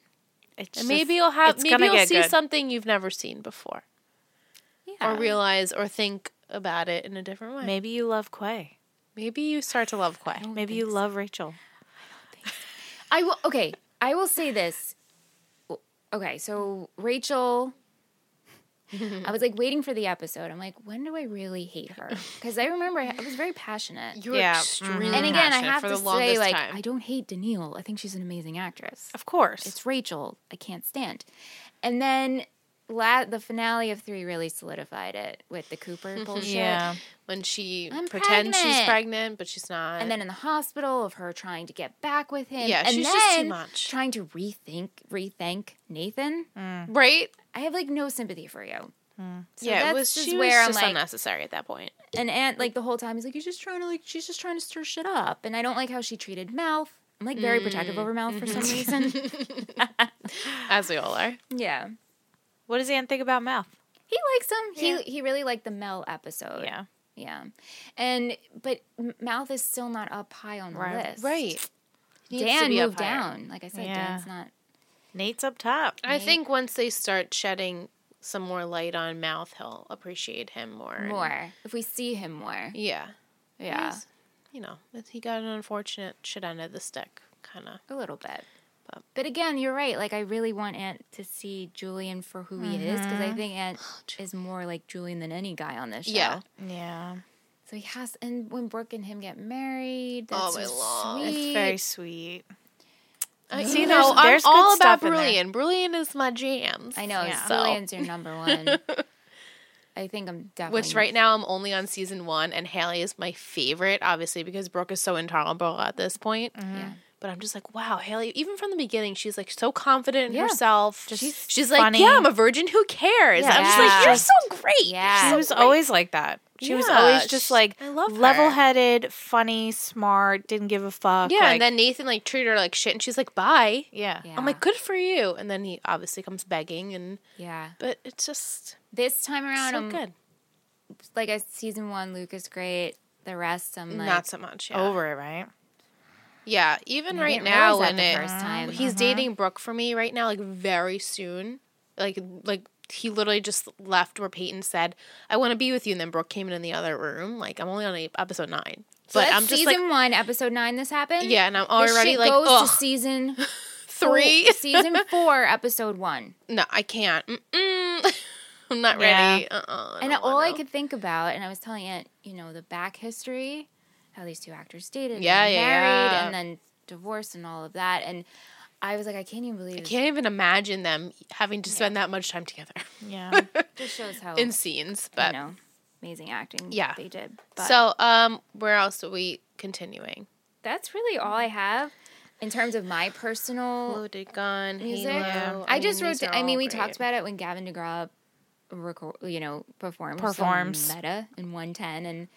Speaker 2: It's
Speaker 3: And
Speaker 2: just-
Speaker 3: maybe you'll have
Speaker 2: it's
Speaker 3: maybe
Speaker 2: gonna
Speaker 3: you'll
Speaker 2: get
Speaker 3: see
Speaker 2: good.
Speaker 3: something you've never seen before,
Speaker 1: Yeah.
Speaker 3: or realize, or think about it in a different way. Maybe,
Speaker 2: Maybe you love Quay.
Speaker 3: you start to love Quay.
Speaker 2: Maybe you love Rachel.
Speaker 1: I will. Okay, I will say this. Okay, so
Speaker 3: *laughs*
Speaker 1: Rachel, I was like waiting for the episode. I'm like, when do I really hate her? Because I remember I was very passionate.
Speaker 3: You're
Speaker 2: Yeah, Mm-hmm.
Speaker 3: extremely
Speaker 1: And again, I
Speaker 3: passionate
Speaker 1: have
Speaker 3: for
Speaker 1: to
Speaker 3: the longest
Speaker 1: say, like,
Speaker 3: time.
Speaker 1: I don't hate Danielle. I think she's an amazing actress.
Speaker 2: Of course.
Speaker 1: It's Rachel. I can't stand. And then la- the finale of three really solidified it with the
Speaker 3: *laughs*
Speaker 1: Cooper bullshit.
Speaker 2: yeah.
Speaker 3: when she
Speaker 1: I'm
Speaker 3: pretends she's
Speaker 1: pregnant.
Speaker 3: pregnant, but she's not.
Speaker 1: And then in the hospital of her trying to get back with him.
Speaker 3: Yeah,
Speaker 1: and
Speaker 3: she's
Speaker 1: then
Speaker 3: just too much.
Speaker 1: Trying to rethink, rethank Nathan.
Speaker 3: right?
Speaker 1: I have like no sympathy for you. So
Speaker 3: yeah, it
Speaker 1: that's
Speaker 3: was
Speaker 1: just
Speaker 3: she
Speaker 1: where
Speaker 3: was
Speaker 1: I'm
Speaker 3: just
Speaker 1: like,
Speaker 3: unnecessary at that point.
Speaker 1: and Aunt like the whole time he's like, he's just trying to like, she's just trying to stir shit up, and I don't like how she treated Mouth. I'm like very
Speaker 3: Mm,
Speaker 1: protective over Mouth for some
Speaker 3: mm-hmm.
Speaker 1: reason.
Speaker 3: *laughs* As we all are.
Speaker 1: yeah,
Speaker 2: What does Anne think about mouth?
Speaker 1: he likes him. He he really liked the Mel episode.
Speaker 2: Oh, Yeah.
Speaker 1: yeah, and but M- Mouth is still not up high on the
Speaker 2: Right.
Speaker 1: list.
Speaker 3: Needs to
Speaker 1: Dan
Speaker 3: be up
Speaker 1: moved
Speaker 3: higher.
Speaker 1: down. Like I said,
Speaker 2: Yeah.
Speaker 1: Dan's not.
Speaker 2: Nate's up top.
Speaker 3: I think once they start shedding some more light on Mouth, he'll appreciate him more. and-
Speaker 1: More if we see him more,
Speaker 3: Yeah.
Speaker 1: yeah,
Speaker 3: He's- You know, he got an unfortunate shit end of the stick, kind of.
Speaker 1: a little bit.
Speaker 3: But-
Speaker 1: But again, you're right. Like I really want Aunt to see Julian for who he is because
Speaker 3: Mm-hmm.
Speaker 1: I think Aunt
Speaker 3: *gasps*
Speaker 1: is more like Julian than any guy on this show.
Speaker 3: Yeah.
Speaker 2: Yeah.
Speaker 1: So he has, and when Brooke and him get married, that's so
Speaker 3: Oh, my lord.
Speaker 1: sweet.
Speaker 2: It's very sweet.
Speaker 3: I,
Speaker 2: See, there's-
Speaker 3: you know, I'm
Speaker 2: there's good
Speaker 3: all about
Speaker 2: stuff in there.
Speaker 3: Brilliant. Brilliant is my jam.
Speaker 1: I know.
Speaker 2: Yeah.
Speaker 1: Julian's your
Speaker 3: *laughs*
Speaker 1: number one. I think I'm definitely.
Speaker 3: Which right now I'm only on season one, and Haley is my favorite, obviously, because Brooke is so intolerable at this point.
Speaker 1: Yeah.
Speaker 3: But I'm just like, wow, Haley, even from the beginning, she's like so confident in
Speaker 1: Yeah.
Speaker 3: herself.
Speaker 1: She's
Speaker 3: She's, like,
Speaker 2: funny.
Speaker 3: yeah, I'm a virgin. Who cares?
Speaker 1: Yeah.
Speaker 3: I'm just
Speaker 1: Yeah.
Speaker 3: like, you're so great.
Speaker 1: Yeah.
Speaker 2: She
Speaker 1: So
Speaker 2: was always like that. She was always
Speaker 3: Yeah,
Speaker 2: just
Speaker 3: she-
Speaker 2: like
Speaker 3: I love her.
Speaker 2: level-headed, funny, smart, didn't give a fuck.
Speaker 3: "Oh, Yeah.
Speaker 2: like-
Speaker 3: and then Nathan like treated her like shit, and she's like, bye.
Speaker 2: yeah.
Speaker 1: Yeah.
Speaker 3: I'm like, good for you. And then he obviously comes begging, and
Speaker 1: Yeah.
Speaker 3: but it's just
Speaker 1: This time around,
Speaker 3: so
Speaker 1: I'm
Speaker 3: good.
Speaker 1: like I season one. Luke is great. The rest, I'm like,
Speaker 3: Not so much. Yeah.
Speaker 2: Over it, right?
Speaker 3: Yeah, even
Speaker 1: I
Speaker 3: right
Speaker 1: didn't
Speaker 3: now
Speaker 1: realize
Speaker 3: when
Speaker 1: that
Speaker 3: it,
Speaker 1: the first time. uh-huh.
Speaker 3: he's dating Brooke for me right now, like very soon, like like he literally just left where Peyton said, "I want to be with you," and then Brooke came in, in the other room. Like I'm only on e- episode nine,
Speaker 1: So
Speaker 3: but
Speaker 1: that's
Speaker 3: I'm just like
Speaker 1: season one, episode nine. This happened.
Speaker 3: yeah, and I'm
Speaker 1: This
Speaker 3: already
Speaker 1: shit
Speaker 3: like
Speaker 1: goes
Speaker 3: ugh,
Speaker 1: to season
Speaker 3: three. *laughs*
Speaker 1: season four, episode one.
Speaker 3: no, I can't. Mm-mm. *laughs* I'm not
Speaker 2: Yeah.
Speaker 3: ready. Uh-uh,
Speaker 1: and
Speaker 3: don't
Speaker 1: all
Speaker 3: wanna."
Speaker 1: I could think about, and I was telling Aunt, you know, the back history, how these two actors dated, and
Speaker 3: Yeah,
Speaker 1: then
Speaker 3: yeah,
Speaker 1: married,
Speaker 3: yeah.
Speaker 1: and then divorced, and all of that. And I was like, I can't even believe
Speaker 3: I
Speaker 1: it.
Speaker 3: can't even imagine them having to spend that much time together
Speaker 2: *laughs* Yeah.
Speaker 1: Just shows how
Speaker 3: in scenes.
Speaker 1: you
Speaker 3: But
Speaker 1: Oh, know amazing acting.
Speaker 3: Yeah.
Speaker 1: they did. But
Speaker 3: so, um, where else are we continuing?
Speaker 1: that's really all I have in terms of my personal
Speaker 3: Loaded Gun,
Speaker 1: music.
Speaker 3: Halo.
Speaker 1: I just wrote.
Speaker 3: these are
Speaker 1: I mean,
Speaker 3: all
Speaker 1: we
Speaker 3: great.
Speaker 1: talked about it when Gavin DeGraw, record, you know, performs so
Speaker 2: Performs.
Speaker 1: meta in one ten, and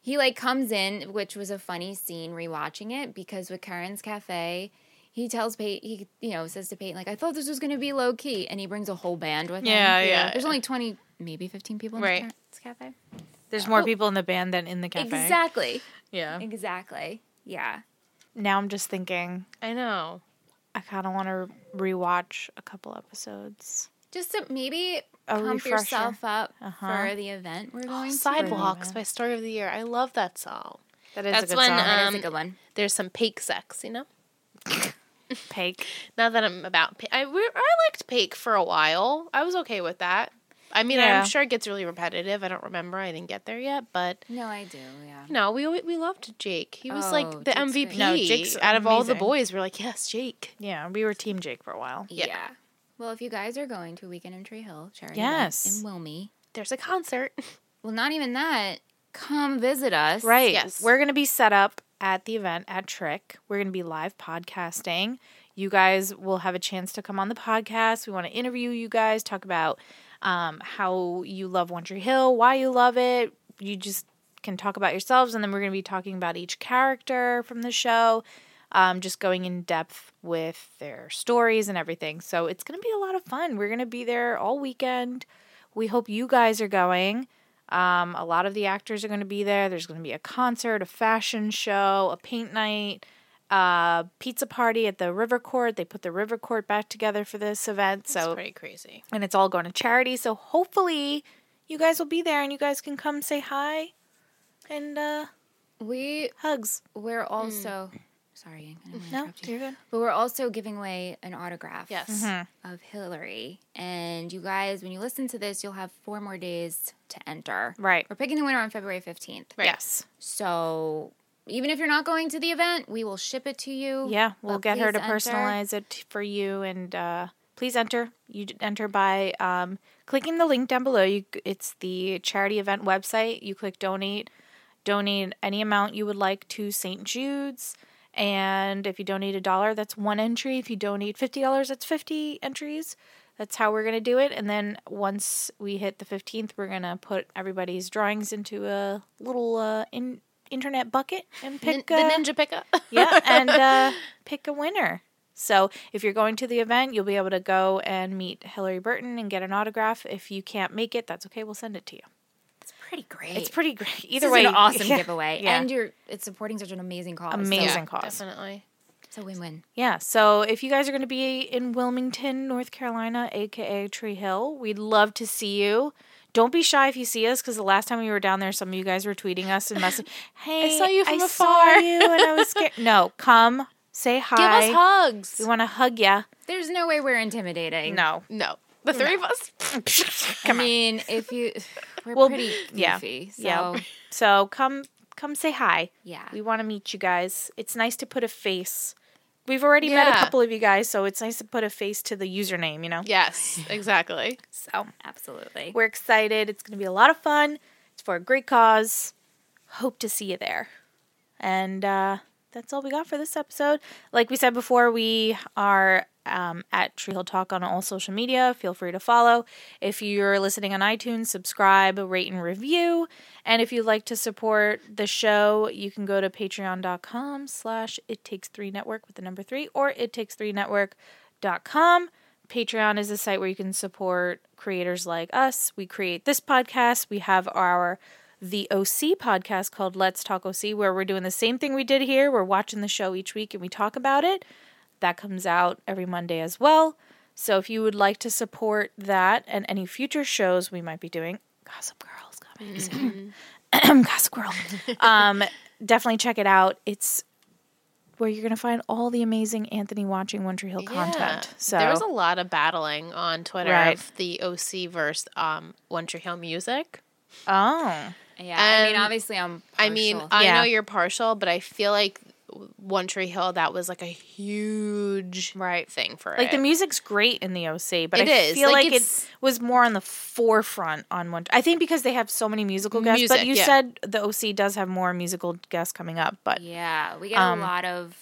Speaker 1: he like comes in, which was a funny scene rewatching it because with Karen's Cafe. He tells Peyton, he you know says to Peyton like I thought this was gonna be low key, and he brings a whole band with him.
Speaker 2: Yeah, yeah.
Speaker 1: There's only twenty, maybe fifteen people in
Speaker 3: Right.
Speaker 1: Karen's Cafe.
Speaker 2: There's more people in the band than in the cafe.
Speaker 1: Exactly,
Speaker 2: Yeah.
Speaker 1: exactly. Yeah,
Speaker 2: Now I'm just thinking
Speaker 3: I know.
Speaker 2: I kind of want to rewatch a couple episodes.
Speaker 1: just to maybe
Speaker 2: A
Speaker 1: pump
Speaker 2: refresher.
Speaker 1: yourself up
Speaker 2: Uh-huh.
Speaker 1: for the event we're going to.
Speaker 3: Sidewalks by Story of the Year. I love that song.
Speaker 2: That is
Speaker 3: That's
Speaker 2: a good
Speaker 3: when,
Speaker 2: song.
Speaker 3: uh,
Speaker 1: That is
Speaker 3: Um,
Speaker 1: a good one.
Speaker 3: There's some peak sex, you know.
Speaker 2: Pake.
Speaker 3: Now that I'm about, pa- I we- I liked Pake for a while. I was okay with that. I mean,
Speaker 2: Yeah.
Speaker 3: I'm sure it gets really repetitive. I don't remember. I didn't get there yet, but
Speaker 1: No, I do. Yeah.
Speaker 3: you know, we alwa- we loved Jake. He was like
Speaker 1: Oh,
Speaker 3: the
Speaker 1: Jake's
Speaker 3: MVP.
Speaker 1: great.
Speaker 2: No, Jake's
Speaker 3: out of all the
Speaker 2: amazing.
Speaker 3: boys, we're like, yes, Jake.
Speaker 2: Yeah, we were Team Jake for a while.
Speaker 1: yeah.
Speaker 3: Yeah.
Speaker 1: Well, if you guys are going to a weekend in Tree Hill, charity
Speaker 2: Yes.
Speaker 1: yes, in Wilmy.
Speaker 3: There's a concert.
Speaker 1: Well, not even that. Come visit us.
Speaker 2: Right.
Speaker 3: Yes.
Speaker 2: We're going to be set up at the event at Trick. We're going to be live podcasting. You guys will have a chance to come on the podcast. We want to interview you guys, talk about um, how you love One Tree Hill, why you love it. You just can talk about yourselves, and then we're going to be talking about each character from the show, um, just going in depth with their stories and everything. So it's going to be a lot of fun. We're going to be there all weekend. We hope you guys are going. Um, a lot of the actors are going to be there. There's going to be a concert, a fashion show, a paint night, a pizza party at the River Court. They put the River Court back together for this event.
Speaker 3: It's
Speaker 2: so
Speaker 3: pretty crazy.
Speaker 2: and it's all going to charity. So hopefully you guys will be there and you guys can come say hi and uh,
Speaker 1: We
Speaker 2: hugs.
Speaker 1: we're also sorry, I didn't wanna
Speaker 2: Hmm. No,
Speaker 1: interrupt you.
Speaker 2: you're good.
Speaker 1: but we're also giving away an autograph.
Speaker 3: Yes.
Speaker 1: Of Hillary, and you guys, when you listen to this, you'll have four more days to enter.
Speaker 2: Right.
Speaker 1: We're picking the winner on February fifteenth.
Speaker 3: Right.
Speaker 2: Yes.
Speaker 1: So even if you're not going to the event, we will ship it to you.
Speaker 2: Yeah, we'll
Speaker 1: But
Speaker 2: get her
Speaker 1: please
Speaker 2: to
Speaker 1: enter.
Speaker 2: personalize it for you and uh, please enter. You d- enter by um, clicking the link down below. You, c- it's the charity event website. You click donate. Donate any amount you would like to St. Jude's. And if you donate a dollar, that's one entry. If you donate $50, that's 50 entries. That's how we're going to do it. And then once we hit the 15th, we're going to put everybody's drawings into a little uh, in- internet bucket and
Speaker 3: Nin-
Speaker 2: pick
Speaker 3: the
Speaker 2: uh,
Speaker 3: ninja pickup. *laughs*
Speaker 2: yeah, and *laughs* uh, pick a winner. So if you're going to the event, you'll be able to go and meet Hillary Burton and get an autograph. If you can't make it, that's okay. We'll send it to you.
Speaker 1: It's pretty great.
Speaker 2: It's pretty great. Either
Speaker 1: This is
Speaker 2: way,
Speaker 1: an *laughs* awesome
Speaker 2: yeah,
Speaker 1: giveaway,
Speaker 2: Yeah,
Speaker 1: and you're it's supporting such an amazing cause. so
Speaker 2: Amazing.
Speaker 1: it's
Speaker 2: cause.
Speaker 3: Definitely.
Speaker 1: a win-win.
Speaker 2: yeah. So if you guys are going to be in Wilmington, North Carolina, aka Tree Hill, we'd love to see you. Don't be shy if you see us, because the last time we were down there, some of you guys were tweeting us and *laughs* messaging, "Hey,
Speaker 3: saw you from
Speaker 2: I
Speaker 3: afar."
Speaker 2: saw you, and I was scared." no, come say hi.
Speaker 3: Give us
Speaker 2: We
Speaker 3: hugs.
Speaker 2: want to hug you.
Speaker 1: There's no way we're intimidating.
Speaker 2: No,
Speaker 3: No, the three of *laughs* us.
Speaker 1: I mean, if you, *sighs* we're
Speaker 2: Well,
Speaker 1: pretty
Speaker 2: *laughs* yeah,
Speaker 1: goofy. So
Speaker 2: yeah.
Speaker 1: yeah,
Speaker 2: So come come say hi.
Speaker 1: yeah.
Speaker 2: We want to meet you guys. It's nice to put a face. We've already met a
Speaker 3: Yeah.
Speaker 2: couple of you guys, so it's nice to put a face to the username, you know?
Speaker 3: Yes, exactly.
Speaker 2: So
Speaker 1: absolutely.
Speaker 2: we're excited. It's going to be a lot of fun. It's for a great cause. Hope to see you there. And uh, that's all we got for this episode. Like we said before, we are um, at Tree Hill Talk on all social media. Feel free to follow. If you're listening on iTunes, subscribe, rate, and review. And if you'd like to support the show, you can go to patreon.com slash it takes three network with the number three or it takes three network.com. Patreon is a site where you can support creators like us. We create this podcast. We have our the OC podcast called Let's Talk OC, where we're doing the same thing we did here. We're watching the show each week and we talk about it. That comes out every Monday as well. So if you would like to support that and any future shows we might be doing, Gossip Girl's coming *clears throat*
Speaker 3: Mm-hmm.
Speaker 2: soon. Gossip Girl. Um, definitely check it out. It's where you're going to find all the amazing Anthony watching One Tree Hill content.
Speaker 3: Yeah.
Speaker 2: So
Speaker 3: there was a lot of battling on Twitter
Speaker 2: Right.
Speaker 3: of the OC versus um, One Tree Hill music.
Speaker 2: oh
Speaker 1: Yeah, I
Speaker 3: And-
Speaker 1: mean, obviously, I'm.
Speaker 3: I mean, uh,
Speaker 1: partial.
Speaker 3: I
Speaker 2: Yeah.
Speaker 3: know you're partial, but I feel like One Tree Hill that was like a huge
Speaker 2: right.
Speaker 3: thing for
Speaker 2: Like
Speaker 3: it.
Speaker 2: the music's great in the OC, but
Speaker 3: It
Speaker 2: I
Speaker 3: is.
Speaker 2: feel
Speaker 3: Like,
Speaker 2: like, it
Speaker 3: it's-
Speaker 2: was more on the forefront on one. I think because they have so many musical guests. but
Speaker 3: Music,
Speaker 2: you
Speaker 3: yeah.
Speaker 2: said the OC does have more musical guests coming up. But
Speaker 1: yeah, we get
Speaker 2: um,
Speaker 1: a lot of.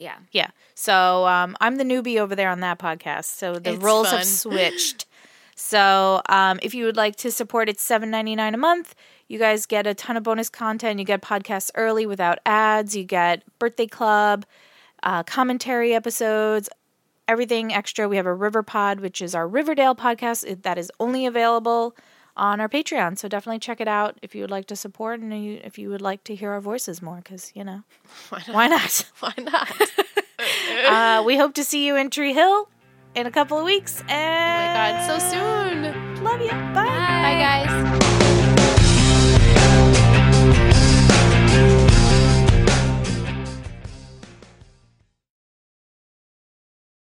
Speaker 1: Yeah,
Speaker 2: yeah, so um, I'm the newbie over there on that podcast. So the
Speaker 3: It's
Speaker 2: roles
Speaker 3: fun.
Speaker 2: have switched. so um, if you would like to support, it's seven ninety nine a month. You guys get a ton of bonus content. You get podcasts early without ads. You get birthday club, uh, commentary episodes, everything extra. We have a River Pod, which is our Riverdale podcast it- that is only available on our Patreon. So definitely check it out if you would like to support and you, if you would like to hear our voices more, because, you know, why not?
Speaker 3: *laughs* Why not? *laughs*
Speaker 2: uh, we hope to see you in Tree Hill in a couple of weeks.
Speaker 3: oh my
Speaker 2: And
Speaker 3: God, so soon.
Speaker 2: love you. Bye.
Speaker 3: Bye, guys.